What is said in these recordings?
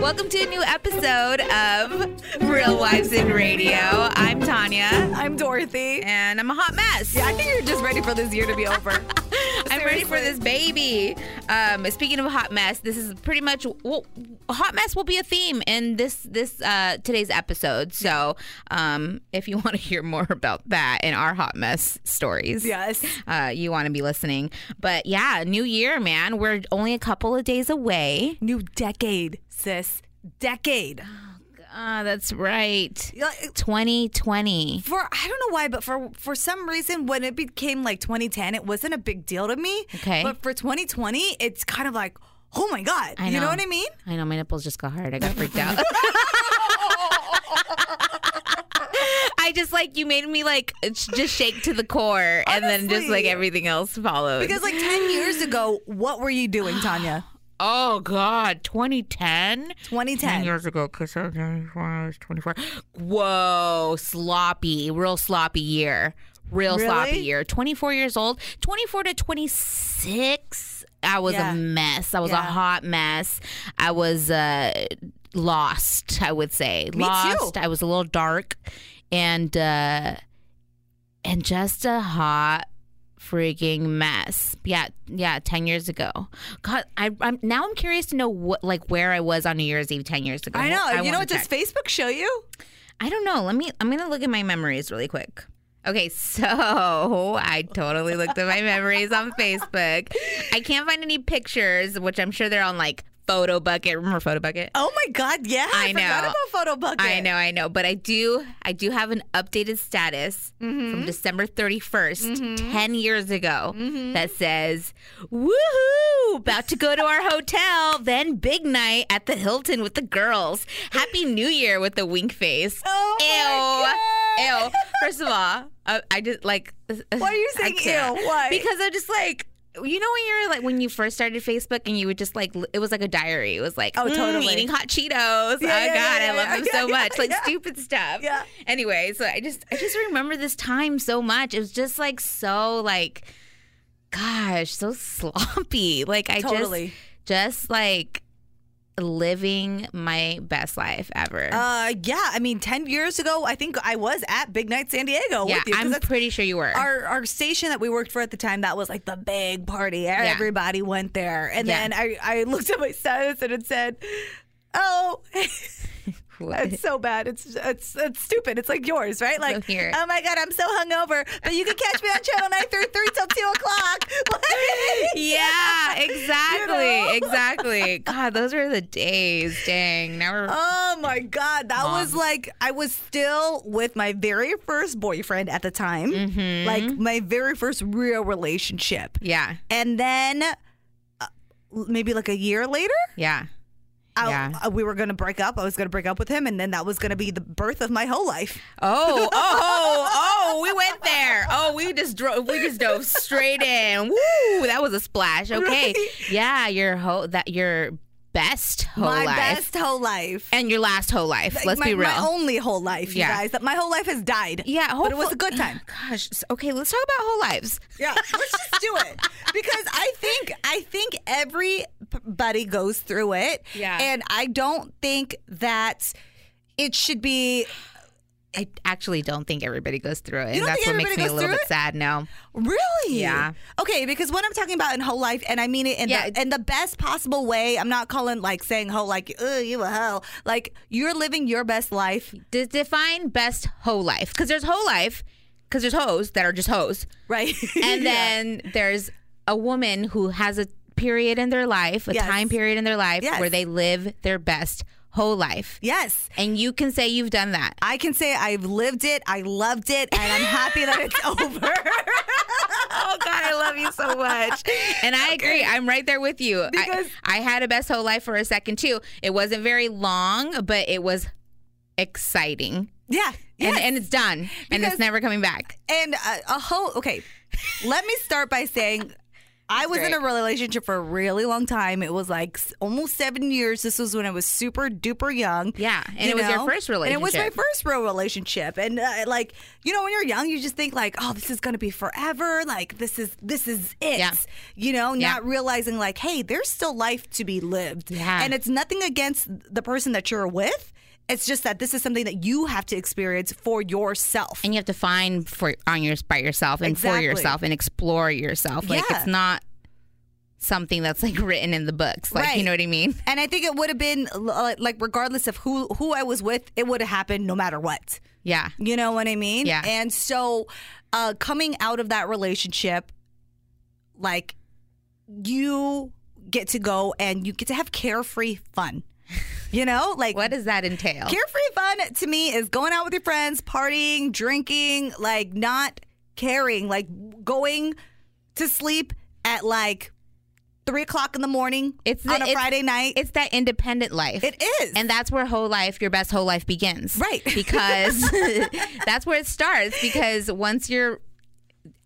Welcome to a new episode of Real Wives in Radio. I'm Tanya, I'm Dorothy. and I'm a hot mess. Yeah, I think you're just ready for this year to be over. I'm ready for this Seriously. baby. Um, speaking of a hot mess, this is pretty much well, a hot mess will be a theme in this this uh, today's episode. So, um, if you want to hear more about that and our hot mess stories, Yes. uh, you want to be listening. But yeah, new year, man. We're only a couple of days away. New decade, sis. Decade. Ah, that's right. Yeah, it- 2020. For I don't know why, but for for some reason when it became like 2010, it wasn't a big deal to me. Okay. But for 2020, it's kind of like, oh my god. I You know. know what I mean? I know my nipples just got hard. I got freaked out. I just like you made me like it's just shake to the core, and then just like Honestly. everything else followed. Because like 10 years ago, what were you doing, Tanya? oh god, 2010, 2010. years ago, because I was 24. Whoa, sloppy, real sloppy year, real sloppy Really? year. 24 years old, 24 to 26. I was Yeah. a mess. I was a Yeah. hot mess. I was uh, lost. I would say lost. I was a little dark, and uh, and just a hot freaking mess. Yeah, yeah, 10 years ago. God, I I'm now I'm curious to know what like where I was on New Year's Eve 10 years ago. I know. you wanna know what does check. Facebook show you? I don't know. Let me I'm going to look at my memories really quick. Okay, so I totally looked at my memories on Facebook. I can't find any pictures, which I'm sure they're on like Photo Bucket. Remember Photo Bucket? Oh my god, yeah. I I, forgot know. about Photo Bucket. I know, I know, but I do, I do have an updated status Mm-hmm. from December 31st, 10 years ago, Mm-hmm. that says, "Woohoo! About to go to our hotel, then big night at the Hilton with the girls. Happy New Year with the wink face." Oh my ew, God. ew. First of all, uh, I just like. Why are you I saying can't. ew? Why? Because I'm just like. You know when you're like when you first started Facebook and you would just like l- it was like a diary. It was like Oh, mm, totally. eating hot Cheetos. Yeah, oh yeah, God, I yeah, love yeah, them yeah, so yeah, much. Like yeah. stupid stuff. Yeah. Anyway, so I just I just remember this time so much. It was just like so like, gosh, so sloppy. Like I Totally. just just like living my best life ever. Uh, yeah. I mean, ten years ago, I think I was at Big Night San Diego yeah, with you. 'cause I'm that's pretty sure you were. our our station that we worked for at the time. That was like the big party. E-, Everybody went there, and Yeah. then I I looked at my status and it said, "Oh, it's so bad. It's it's it's stupid. It's like yours, right? Like, here. oh my god, I'm so hungover, but you can catch me on channel nine through three till two o'clock." What? yeah, exactly, know? exactly. God, those were the days. Dang, now we're Oh my God. That was Mom. like, I was still with my very first boyfriend at the time, Mhm. like my very first real relationship. yeah, And then uh, maybe like a year later, yeah. I, Yeah. uh, we were going to break up. I was going to break up with him. And then that was going to be the birth of my whole life. Oh, oh, oh, we went there. Oh, we just drove we just dove straight in. Woo, that was a splash. Okay. Yeah, your whole that your best whole my life. best whole life. and your last whole life. Let's my, be real. My only whole life, you Yeah. guys. That My whole life has died. yeah, But it was hopeful- a good time. Gosh. s- Okay, let's talk about whole lives. Yeah, let's just do it because I think I think everybody goes through it. Yeah. and I don't think that it should be I actually don't think everybody goes through it. don't And that's think what makes everybody me a goes little through bit it? sad. No. really. Yeah. Okay, because what I'm talking about in whole life, and I mean it in Yeah, it- the in the best possible way. I'm not calling like saying whole like oh you a hoe. Like you're living your best life, De- define best whole life. Because there's whole life, because there's hoes that are just hoes. right? And then there's a woman who has a period in their life, a Yes. time period in their life Yes. where they live their best whole life. Yes. And you can say you've done that. I can say I've lived it, I loved it, and I'm happy that it's over. oh God, I love you so much. And I agree. I'm right there with you. Because- I, I had a best whole life for a second too. It wasn't very long, but it was exciting. Yeah. Yes. And, and it's done. and it's Because- never coming back. and uh, a, a whole okay let me start by saying i was in a relationship for a really long time it was like s- almost seven years this was when i was super duper young Yeah, and you it was your know? first and it was my relationship. first real relationship and uh, like you know when you're young you just think like oh this is gonna be forever like this is this is it Yeah. you know Yeah. not realizing like hey there's still life to be lived Yeah. and it's nothing against the person that you're with it's just that this is something that you have to experience for yourself And you have to find for on your by yourself and Exactly. for yourself and explore yourself. Like Yeah. it's not something that's like written in the books. Like Right. you know what I mean? And I think it would have been l- uh, like regardless of who who I was with, it would have happened no matter what. Yeah. You know what I mean? Yeah. And so, uh, coming out of that relationship, like you get to go and you get to have carefree fun. You know, like What does that entail? carefree fun to me is going out with your friends, partying, drinking, like not caring, like going to sleep at like three o'clock in the morning It's the- on a it's- Friday night. it's that independent life. It is. And that's where whole life, your best whole life begins. Right. Because that's where it starts. Because once you're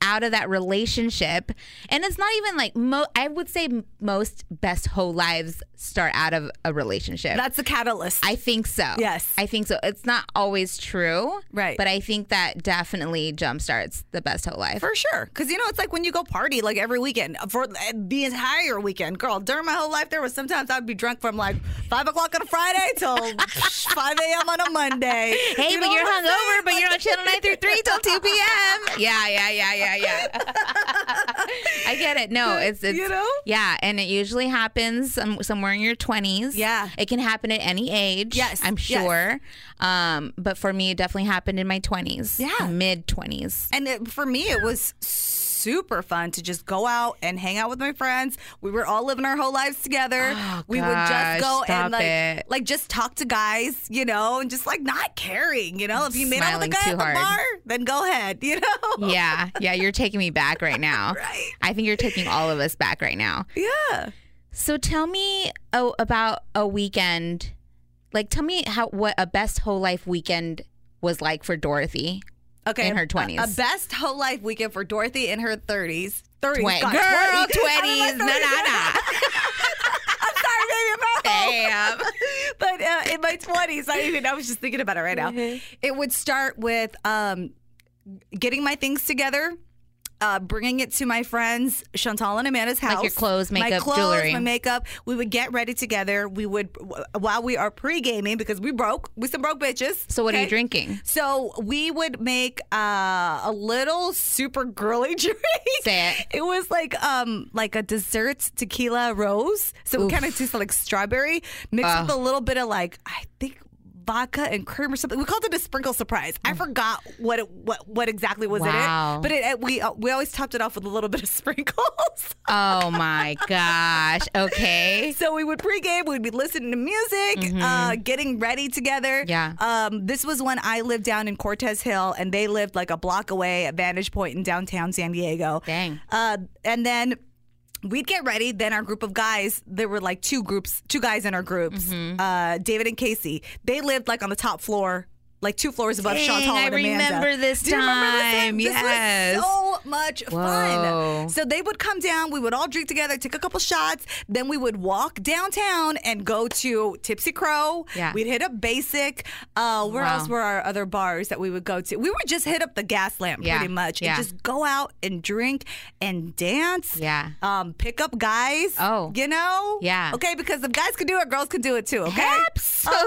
out of that relationship, and it's not even like, mo- I would say m- most best whole lives start out of a relationship. That's the catalyst. I think so. Yes. I think so. It's not always true. Right. But I think that definitely jumpstarts the best whole life. for sure. Because, you know, it's like when you go party like every weekend for uh, the entire weekend. Girl, during my whole life, there was sometimes I'd be drunk from like 5 o'clock on a Friday till 5 a.m. on a Monday. Hey, You but know you're what I'm hungover, saying? but you're on Like- channel 9 through 3 till 2 p.m. Yeah, yeah, yeah, yeah, yeah. I get it. No, it's, it's You know? Yeah, and it usually happens some, somewhere in your 20s. Yeah. It can happen at any age. Yes, I'm yes. sure. Um, but for me, it definitely happened in my 20s. Yeah. Mid 20s. And it, for me, it was super fun to just go out and hang out with my friends. We were all living our whole lives together. we would Oh, gosh, just go and stop like, it. like just talk to guys, you know, and just like not caring, you know. If you made out Smiling with a guy too at the hard. bar, then go ahead, you know. Yeah, yeah, you're taking me back right now. Right. I think you're taking all of us back right now. Yeah. So tell me oh, about a weekend. Like, tell me how what a best whole life weekend was like for Dorothy. Okay. In her a- 20s. A, best whole life weekend for Dorothy in her 30s. 30s. Twen- God, girl, 20s. I'm twenties, in no, my no, 30s. no. I'm sorry, baby. I'm out. Damn. But uh, in my 20s, I even I was just thinking about it right now. It would start with um, getting my things together. Uh, bringing it to my friends Chantal and Amanda's house. your clothes, my makeup, clothes, jewelry. my makeup. We would get ready together. We would w- while we are pre gaming because we broke. We some broke bitches. So what are you okay? drinking? So we would make uh, a little super girly drink. Say it. It was like um like a dessert tequila rose. So it kind of tasted like strawberry mixed with a little bit of like I think vodka and cream or something. We called it a sprinkle surprise. I forgot what it, what what exactly was in Wow. it. But it, it- we uh, we always topped it off with a little bit of sprinkles. Oh my gosh. Okay. So we would pregame, we'd be listening to music, uh, getting ready together. Mm-hmm. Yeah. Um, this was when I lived down in Cortez Hill, and they lived like a block away at Vantage Point in downtown San Diego. Dang. Uh, and then we'd get ready. Then our group of guys, there were like two groups, two guys in our groups, Mm-hmm. uh, David and Casey. They lived like on the top floor. Like two floors above Dang, Chantal I and Amanda. remember this Do you remember time. this? This was Yes. so much Whoa. fun. So they would come down. We would all drink together, take a couple shots. Then we would walk downtown and go to Tipsy Crow. Yeah. We'd hit up Basic. Uh, where Wow. else were our other bars that we would go to? We would just hit up the gas lamp Yeah. pretty much Yeah. and just go out and drink and dance. Yeah. Um, pick up guys. Oh. You know? Yeah. Okay, because if guys can do it, girls can do it too. Okay. Okay.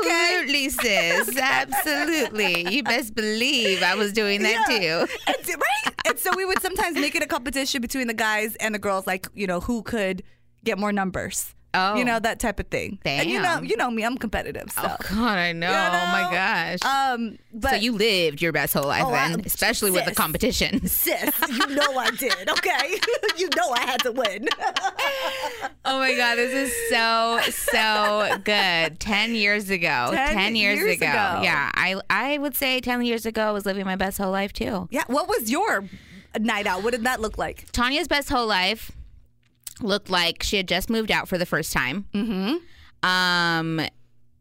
Absolutely, sis. Absolutely. You best believe I was doing that Yeah. too. And so- right? and so we would sometimes make it a competition between the guys and the girls, like, you know, who could get more numbers. Oh. You know that type of thing. And you know, Damn. you know me. I'm competitive. So. Oh God, I know. You Oh my know? gosh. Um, but so you lived your best whole life Oh, I- then, especially with the sis. competition. sis, you know I did. Okay, you know I had to win. Oh my God, this is so so good. Ten years ago, 10 years, years ago. ago. yeah. I I would say ten years ago I was living my best whole life too. yeah. What was your night out? What did that look like? Tanya's best whole life looked like she had just moved out for the first time. Mm-hmm. Um,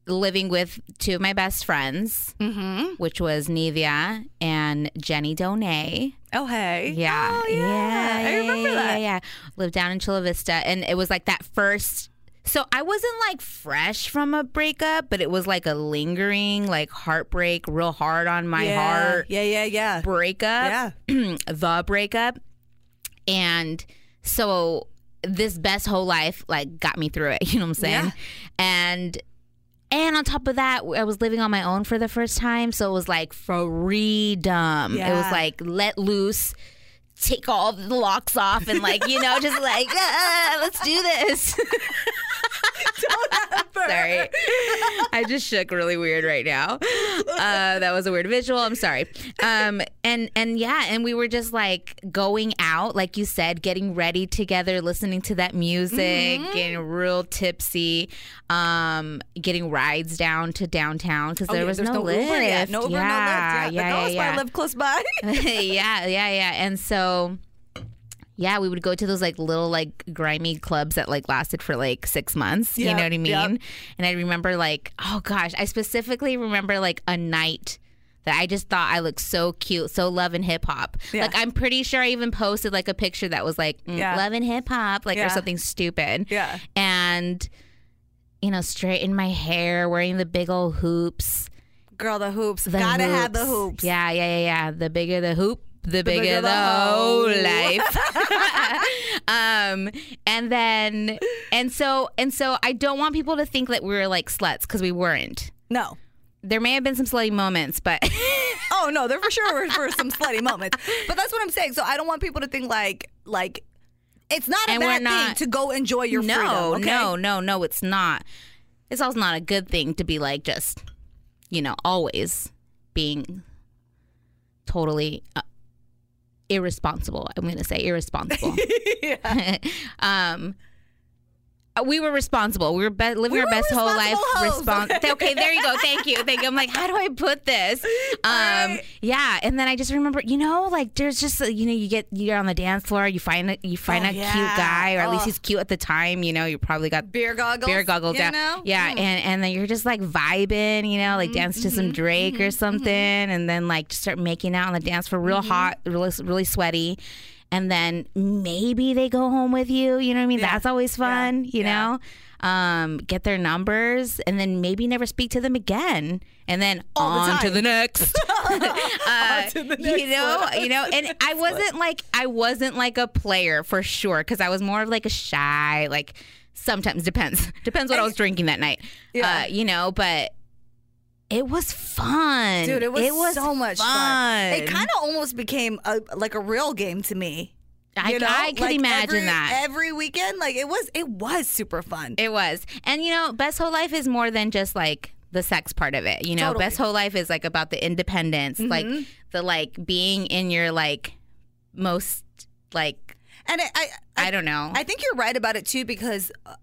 living with two of my best friends, Mm-hmm. which was Nevia and Jenny Donay. Oh hey. Yeah. Oh, yeah. I remember yeah, that. Yeah, yeah. Lived down in Chula Vista. And it was like that first. So I wasn't like fresh from a breakup, but it was like a lingering, like heartbreak, real hard on my yeah. heart Yeah. Yeah. Yeah. breakup. Yeah. the breakup. And so this best whole life like got me through it. You know what I'm saying? Yeah. And and on top of that, I was living on my own for the first time, so it was like freedom. It was Yeah. like let loose, take all the locks off, and like you know, just like ah, let's do this. sorry, I just shook really weird right now. Uh, that was a weird visual. I'm sorry. Um, and and yeah, and we were just like going out, like you said, getting ready together, listening to that music, Mm-hmm. getting real tipsy, um, getting rides down to downtown because there was Oh, there's no, lift. Uber yet. No Uber, yeah, no Lyft. Yeah, yeah, like, oh, it's why I yeah, live close by. yeah, yeah, yeah. And so, yeah, we would go to those like little like grimy clubs that like lasted for like six months. you Yep, know what I mean? yep. And I remember like, oh gosh, I specifically remember like a night that I just thought I looked so cute, so love and hip hop. Yeah. Like I'm pretty sure I even posted like a picture that was like mm, Yeah. love and hip hop, like or Yeah. something stupid. yeah. And you know, straighten my hair, wearing the big old hoops. Girl, the hoops. The Gotta have the hoops. Yeah, yeah, yeah, yeah. The bigger the hoop, the, bigger, bigger the, the whole hoe. life. um, and then, and so, and so, I don't want people to think that we were like sluts because we weren't. No. There may have been some slutty moments, but Oh no, there for sure were for some slutty moments. But that's what I'm saying. So I don't want people to think like like it's not a And we're bad not- thing to go enjoy your no, freedom. Okay? no, no, no, it's not. It's also not a good thing to be like just, you know, always being totally uh, irresponsible. I'm going to say irresponsible. Yeah. um uh, we were responsible. We were be- living We our were best whole life. responsible hoes. Respons- okay, there you go. Thank you. Thank you. I'm like, how do I put this? Um, Right. yeah. And then I just remember, you know, like there's just uh, you know, you get you're on the dance floor, you find a, you find Oh, a cute yeah. guy, or at least Ugh. he's cute at the time. You know, you probably got Beer goggles. beer goggles you down. know? Mm-hmm, Yeah, Mm. and and then you're just like vibing, you know, like dance to some mm-hmm, Drake or something, and then like just start making out on the dance for Mm-hmm. real hot, really, really sweaty. And then maybe they go home with you. You know what I mean? Yeah. That's always Yeah. fun, you Yeah. know? Um, get their numbers and then maybe never speak to them again. And then All the on to time. the next. Uh, to the you next know, one. you know, and I wasn't like I wasn't like a player for sure because I was more of like a shy, like sometimes depends depends what I was drinking that night. Yeah. uh, you know, but it was fun, Dude, it was, so much fun. It fun. kind of almost became a, like a real game to me. I, you know? I could Like, imagine every- that. every weekend, like it was, it was super fun. It was. And you know, best whole life is more than just like the sex part of it. You know, Totally. Mm-hmm. best whole life is like about the independence, like the like being in your like most like and I, I, I, don't know. I think you're right about it too because uh,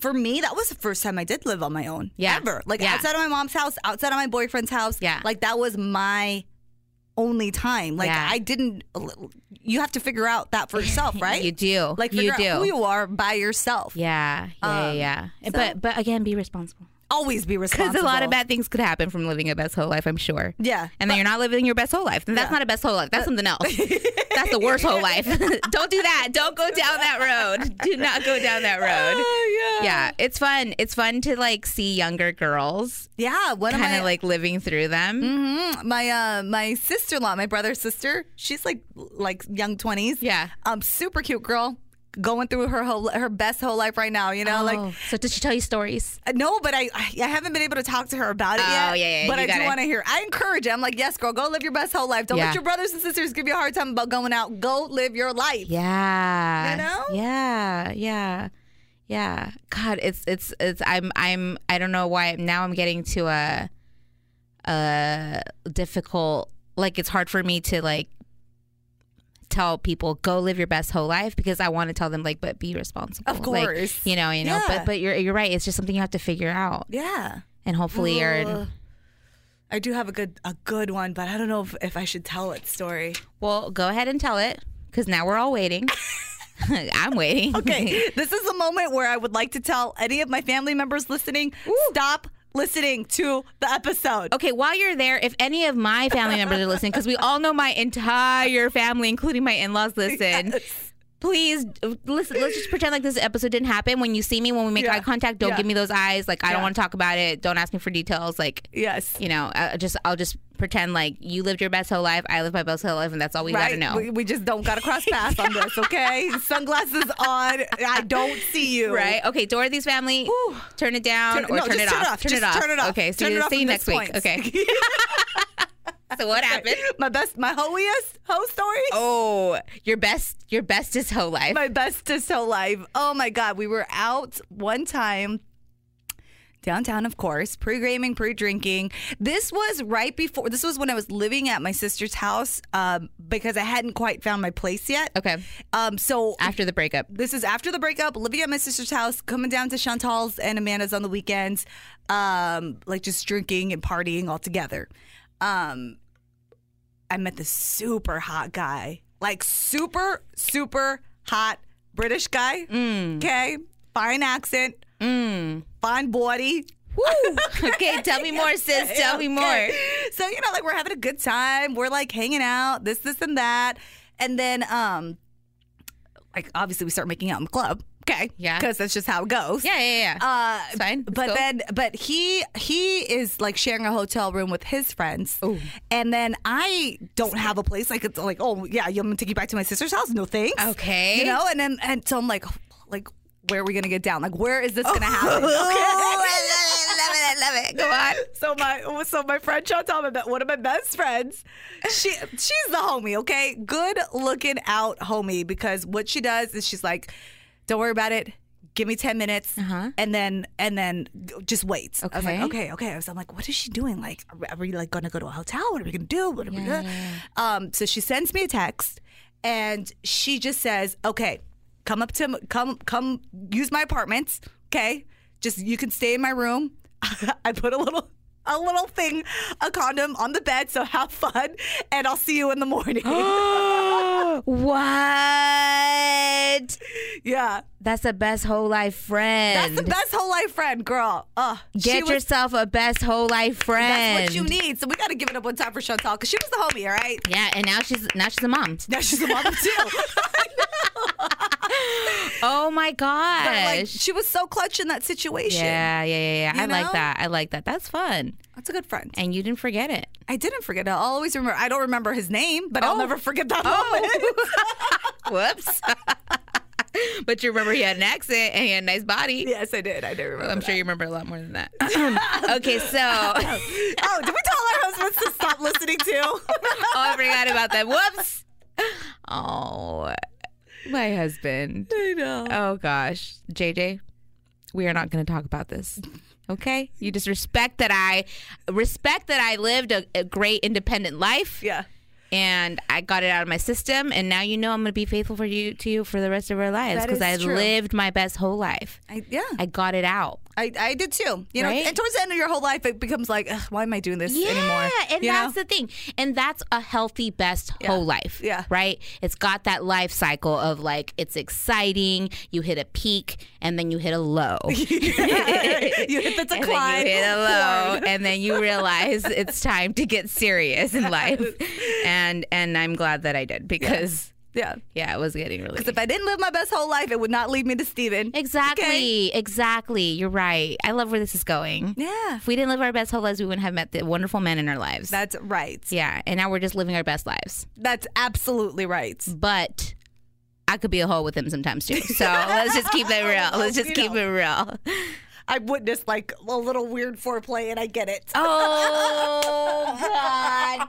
for me that was the first time I did live on my own. Yeah. Ever. Like Yeah. outside of my mom's house, outside of my boyfriend's house. Yeah. Like that was my only time. Like Yeah. I didn't uh, you have to figure out that for yourself, right? You do. Like you figure do. out who you are by yourself. yeah, yeah, yeah. yeah. so- but but again, be responsible Always be because a responsible. lot of bad things could happen from living a best whole life. I'm sure. Yeah. Uh, and then you're not living your best whole life. Then that's not a best whole life. That's something else. that's the worst whole life. Don't do that. Don't go down that road. Do not go down that road. Oh, yeah, it's fun. It's fun to like see younger girls Yeah, one of kind my of like living through them. Mhm. my uh, my sister in law, my brother's sister, she's like like young twenties. Yeah. um, super cute girl, going through her whole her best whole life right now. You know, like so did she tell you stories? no, but I I I haven't been able to talk to her about it Oh, yet. yeah, yeah, but you I gotta- do want to hear. I encourage. It. I'm like, yes, girl, go live your best whole life. Don't Yeah. let your brothers and sisters give you a hard time about going out. Go live your life. Yeah. You know? Yeah. Yeah. Yeah. God, it's it's it's I'm I'm I don't know why now I'm getting to a a difficult like it's hard for me to like tell people go live your best whole life because I want to tell them like but be responsible. Of Like, course. you know, you know, Yeah. but but you're you're right. It's just something you have to figure out. Yeah. And hopefully or Ugh. I do have a good a good one, but I don't know if, if I should tell it story. well, go ahead and tell it cuz now we're all waiting. I'm waiting. Okay, this is a moment where I would like to tell any of my family members listening, stop listening to the episode. Okay, while you're there, if any of my family members are listening, because we all know my entire family, including my in-laws, listen. Please uh, listen. Let's just pretend like this episode didn't happen. When you see me, when we make Yeah. eye contact, don't Yeah. give me those eyes. Like I don't Yeah. want to talk about it. Don't ask me for details. Like Yes. you know, I I just I'll just pretend like you lived your best whole life. I lived my best whole life, and that's all we gotta Right? know. We, we just don't gotta cross paths on this, okay? Sunglasses on. I don't see you. Right? Okay, Dorothy's family. Whew. Turn it down Turn- or no, turn, just it, turn off. it off. Turn Just it off. turn it off. Okay, so Turn it you off see you from next this week. point. Okay. so what happened? My best, my hoeiest hoe story. Oh, your best, your bestest whole life. My bestest whole life. Oh my God. We were out one time. Downtown, of course, pre gaming, pre drinking. This was right before, this was when I was living at my sister's house um, because I hadn't quite found my place yet. okay, Um, so after the breakup. this is after the breakup, living at my sister's house, coming down to Chantal's and Amanda's on the weekends, um, like just drinking and partying all together. Um, I met this super hot guy, like super, super hot British guy. Okay. Fine accent, fine body. Woo. okay, tell me more, sis. Tell me more. Okay. So, you know, like we're having a good time. We're like hanging out, this, this, and that. And then, um, like obviously we start making out in the club. Okay. Yeah. Because that's just how it goes. Yeah, yeah, yeah. Uh, It's fine. Let's but go. then, but he he is like sharing a hotel room with his friends, and then I don't have a place. Like it's like, oh yeah, I'm gonna take you back to my sister's house. No thanks. Okay. you know, and then and so I'm like, like where are we gonna get down? Like where is this gonna Oh, happen? Okay. I love it. I love it. Go on. So my so my friend Chantal, my be- one of my best friends, she she's the homie, okay? Good looking out homie because what she does is she's like, don't worry about it. Give me ten minutes, Uh-huh. and then and then just wait. I was like, Okay. okay, okay. I was, I'm like, what is she doing? Like, are we, are we like gonna go to a hotel? What are we gonna do? What are we Yeah, gonna? Um, so she sends me a text, and she just says, okay, come up to m- come come use my apartment. Okay, just you can stay in my room. I put a little. A little thing, a condom on the bed. So have fun, and I'll see you in the morning. what? yeah, That's the best whole life that's friend. the best whole life friend, girl. Uh, she Get was yourself a best whole life friend. That's what you need. So we got to give it up one time for Chantal because she was the homie, all right? Yeah, and now she's now she's a mom. Now she's a mom too. Oh my gosh. But, like, she was so clutch in that situation. yeah, yeah, yeah, yeah. You I like know? that. I like that. That's fun. That's a good friend. And you didn't forget it. I didn't forget. I'll always remember. I don't remember his name, but I'll Oh. never forget that moment. Whoops. but you remember he had an accent and he had a nice body. yes, I did. I did remember. I'm that. sure you remember a lot more than that. okay, so oh, Oh, did we tell our husbands to stop listening to? I forgot about that. Whoops. Oh, my husband. I know. Oh gosh, JJ, we are not going to talk about this. Okay, you just respect that I respect that I lived a, a great independent life Yeah. and I got it out of my system, and now you know I'm going to be faithful for you to you for the rest of our lives That because is I true. lived my best whole life. I, yeah, I got it out. I, I did too. You know, Right? and towards the end of your whole life, it becomes like, Ugh, why am I doing this yeah, anymore? and you that's know? the thing. And that's a healthy best whole life. Yeah. Right? It's got that life cycle of like it's exciting, you hit a peak and then you hit a low. you hit the And then decline. you hit a low, Porn. and then you realize it's time to get serious in life, and and I'm glad that I did because Yeah. yeah, it was getting really Because if I didn't live my best whole life, it would not lead me to Steven. exactly Okay? exactly. You're right. I love where this is going. Yeah. If we didn't live our best whole lives, we wouldn't have met the wonderful men in our lives. That's right. yeah, and now we're just living our best lives. That's absolutely right. but I could be a hoe with him sometimes too. So let's just keep it real. Let's just You keep it real. I witnessed like a little weird foreplay, and I get it. Oh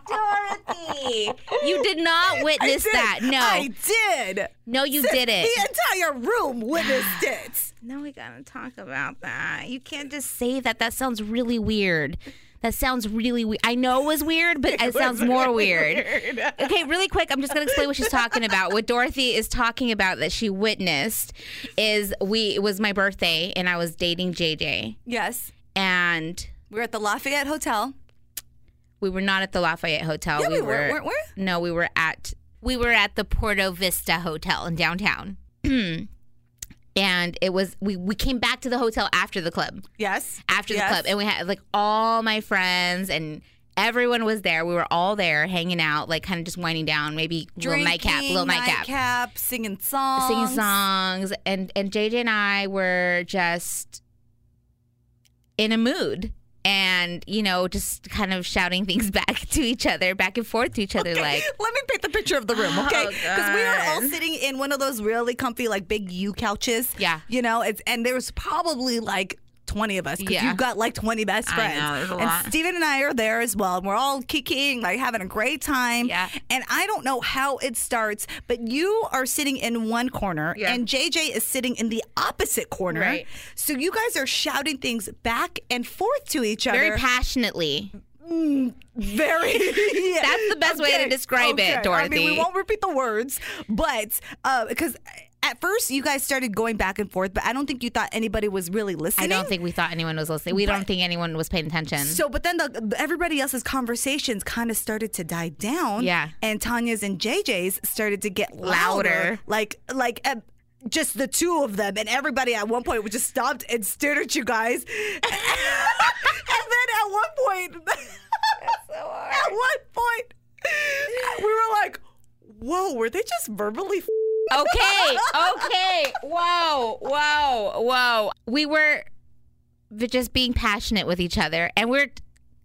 God, Dorothy! You did not I witness did. that. No, Eh. I did. no, you did it. The entire room witnessed it. No, we gotta talk about that. You can't just say that. That sounds really weird. That sounds really weird. I know it was weird, but it, sounds more weird. Okay, really quick, I'm just gonna explain what she's talking about. What Dorothy is talking about that she witnessed is we it was my birthday and I was dating JJ Yes, and we were at the Lafayette Hotel. we were not at the Lafayette Hotel. Yeah, we were, weren't we? No, we were at we were at the Porto Vista Hotel in downtown. and it was we, we came back to the hotel after the club. Yes. after the Yes. club and we had like all my friends and everyone was there we were all there hanging out like kind of just winding down maybe little nightcap Drinking, little nightcap, nightcap, singing songs, singing songs and and jj and i were just in a mood and you know just kind of shouting things back to each other back and forth to each other Okay, like let me paint the picture of the room, Oh, okay? Because we were all God. sitting in one of those really comfy, like big U couches. Yeah. you know, it's and there was probably like. 20 of us because Yeah. you've got like 20 best I friends. know, there's a and lot. Steven and I are there as well. And we're all kicking, like having a great time. Yeah. And I don't know how it starts, but you are sitting in one corner Yeah. and JJ is sitting in the opposite corner. Right. So you guys are shouting things back and forth to each other. very passionately Very. That's the best way to describe it, I mean, we Dorothy. won't repeat the words, but because at first you guys started going back and forth, but I don't think you thought anybody was really i listening. don't think we thought anyone was listening we don't think anyone was paying attention So, but then the, everybody else's conversations kind of started to die down. Yeah. And Tanya's and JJ's started to get louder. Louder. Like, like, uh, just the two of them. And everybody at one point just stopped and stared at you guys. and then at one point, at one point, we were like, whoa, were they just verbally f- okay, okay. Wow, wow, wow. We were v- just being passionate with each other, and we're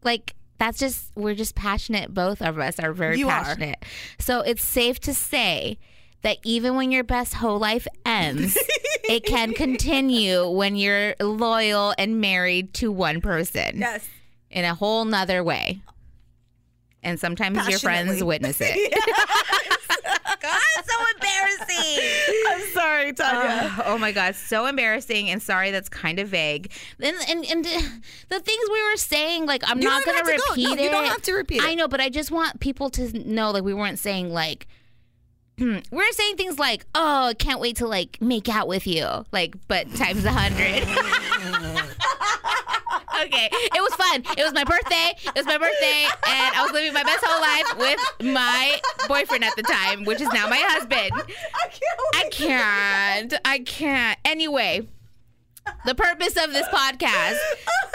like, that's just we're just passionate. Both of us are very You are. passionate. So it's safe to say that even when your best whole life ends, it can continue when you're loyal and married to one person Yes. in a whole nother way. And sometimes your friends Passionately. witness it. God, so embarrassing. I'm sorry, Tanya. Ugh, oh my god, so embarrassing and sorry that's kind of vague. And and, and uh, the things we were saying like I'm You not don't going have to to go. repeat No, it. you don't have to repeat I it. know, but I just want people to know like we weren't saying like we we're saying things like, "Oh, I can't wait to like make out with you." Like, but times a 100. okay. It was fun. It was my birthday. It was my birthday. And I was living my best whole life with my boyfriend at the time, which is now my husband. I can't. I can't. I can't. Anyway, the purpose of this podcast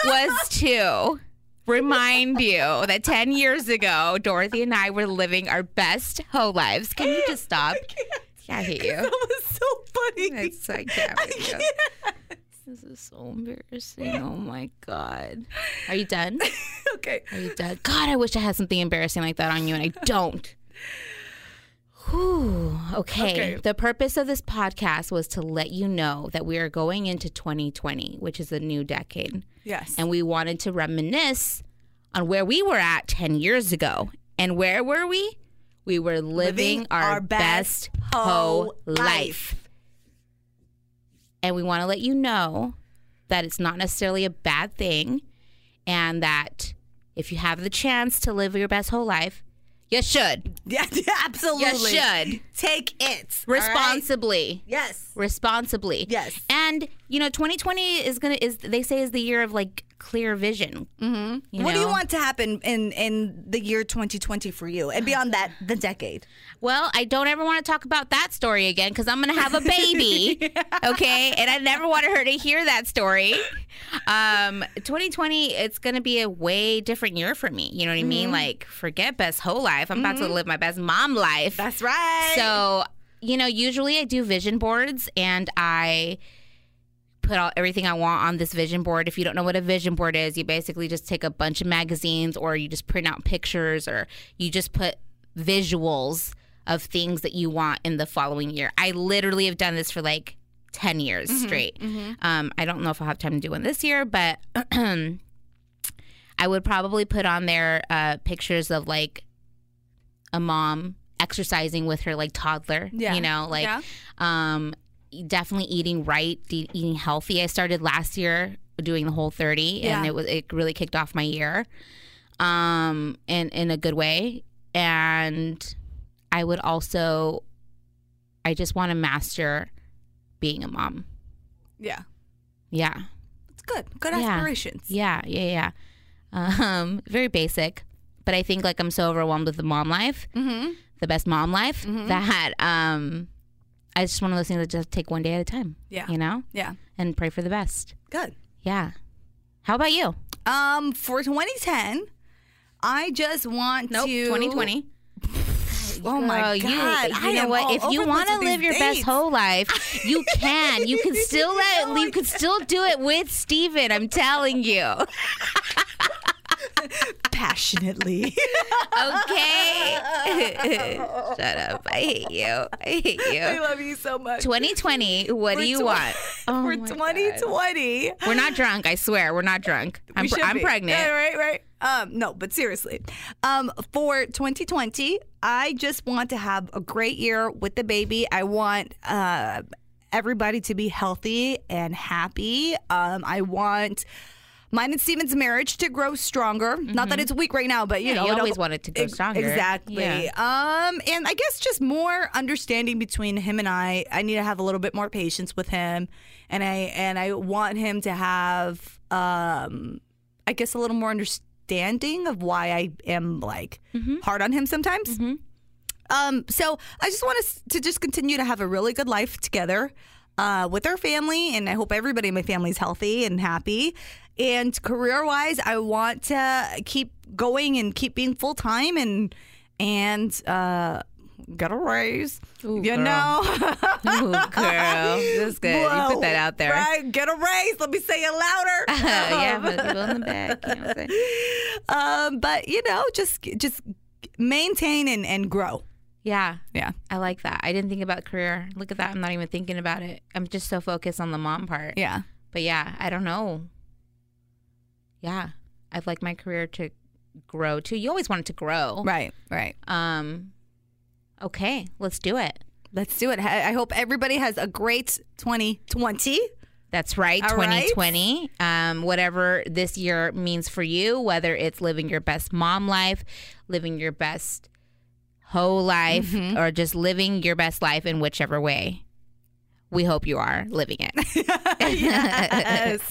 was to remind you that 10 years ago, Dorothy and I were living our best whole lives. Can you just stop? I hate you. That was so funny. It's, I can't. I with you. can't. This is so embarrassing. Oh my God. Are you done? Okay. Are you done? God, I wish I had something embarrassing like that on you, and I don't. Whew. Okay. Okay. The purpose of this podcast was to let you know that we are going into 2020, which is a new decade. Yes. And we wanted to reminisce on where we were at 10 years ago. And where were we? We were living, Living our, our best best whole whole life. And we want to let you know that it's not necessarily a bad thing and that if you have the chance to live your best whole life, you should. Yeah, absolutely. You should. Take it. all right? Responsibly. Yes. Responsibly. Yes. And you know, 2020 is going to is they say is the year of like clear vision. Mm-hmm. What do you want to happen in in the year 2020 for you and beyond that the decade? Well, I don't ever want to talk about that story again because I'm going to have a baby. Okay. And I never wanted her to hear that story. Um, 2020, it's going to be a way different year for me. You know what I mean? Like, forget best whole life. I'm about to live my best mom life. right. So, you know, usually I do vision boards and I put all everything I want on this vision board. If you don't know what a vision board is, you basically just take a bunch of magazines or you just print out pictures or you just put visuals of things that you want in the following year. I literally have done this for like 10 years straight. Um, I don't know if I'll have time to do one this year, but um, I would probably put on there uh, pictures of like a mom exercising with her like toddler, Yeah. you know, like Yeah. um, definitely eating right, de- eating healthy. I started last year doing the whole 30 Yeah. and it was it really kicked off my year um in in a good way and I would also I just want to master being a mom. Yeah. Yeah. It's good. Good Yeah. aspirations. Yeah, yeah, yeah. Um very basic, but I think like I'm so overwhelmed with the mom life, Mm-hmm. the best mom life Mhm. that um I just want to listen to just take one day at a time, Yeah. you know, Yeah. and pray for the best. Good. Yeah. How about you? Um, for 2010, I just want to. Oh Girl, my you- god! You, I know am what? all If you over want the to place with live your these best dates. whole life, you can. You can still let. You can still do it with Steven. I'm telling you. passionately. Okay. Shut up. I hate you. I hate I you. love you so much. 2020. What do For you twen- want? Oh for my God. 2020. We're not drunk. I swear. We're not drunk. I'm. We Pre- should I'm be. pregnant. Yeah, right, right. Um, no, but seriously, um, for 2020, I just want to have a great year with the baby. I want uh, everybody to be healthy and happy. Um, I want. Mine and Steven's marriage to grow stronger. Not Mm-hmm. that it's weak right now, but Yeah, you know, you it always want it to grow Ex- stronger. Exactly. Um, and I guess just more understanding between him and I. I need to have a little bit more patience with him, and I and I want him to have, um, I guess a little more understanding of why I am like Mm-hmm. hard on him sometimes. Um, so I just want us to just continue to have a really good life together uh, with our family, and I hope everybody in my family is healthy and happy. And career wise, I want to keep going and keep being full time and and uh, get a raise. you girl. know, Ooh, girl, that's good. you put that out there. Right, get a raise. Let me say it louder. yeah, but people in the back. You know what I'm saying? um, but you know, just just maintain and, and grow. Yeah. Yeah. I like that. I didn't think about career. Look at that. I'm not even thinking about it. I'm just so focused on the mom part. Yeah. But yeah, I don't know. Yeah. I'd like my career to grow too. You always want it to grow. Right. Right. Um okay, let's do it. Let's do it. I I hope everybody has a great 2020. That's right, All right. 2020. Um, whatever this year means for you, whether it's living your best mom life, living your best whole life, Mm-hmm. or just living your best life in whichever way, we hope you are living it. Yes.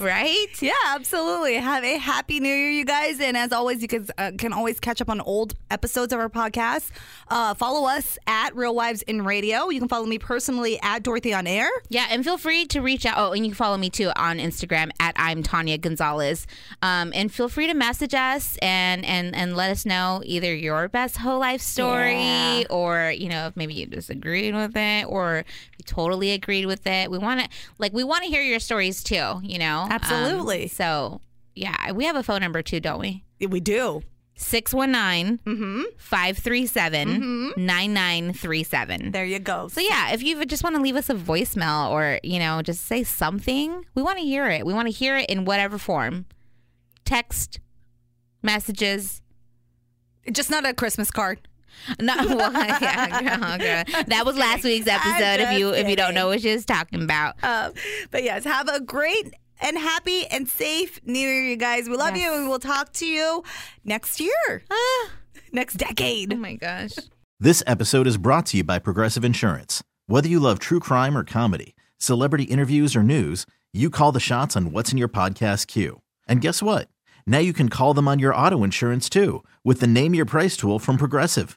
right? Yeah, absolutely. Have a happy new year, you guys. And as always, you can, uh, can always catch up on old episodes of our podcast. Uh, follow us at Real Wives in Radio. You can follow me personally at Dorothy on Air. Yeah, and feel free to reach out. Oh, and you can follow me too on Instagram at I'm Tanya Gonzalez. Um, and feel free to message us and and and let us know either your best whole life story Yeah. or you know if maybe you disagreed with it or if you totally agreed with it. We want to like we want to hear your stories too. You know, Um, Absolutely. so yeah, we have a phone number too, don't we? We do. 619 Mm-hmm. 537 9937. There you go. So yeah, if you just want to leave us a voicemail or you know just say something, we want to hear it. We want to hear it in whatever form, text, messages. Just not a Christmas card. No, well, yeah, girl, girl. that was last week's episode. If just you if you don't kidding. know what she was talking about, Um, but yes, have a great and happy and safe new year, you guys. We love you and we'll talk to you next year, next decade. oh my gosh. This episode is brought to you by Progressive Insurance. Whether you love true crime or comedy, celebrity interviews or news, you call the shots on what's in your podcast queue. And guess what? Now you can call them on your auto insurance too with the Name Your Price tool from Progressive.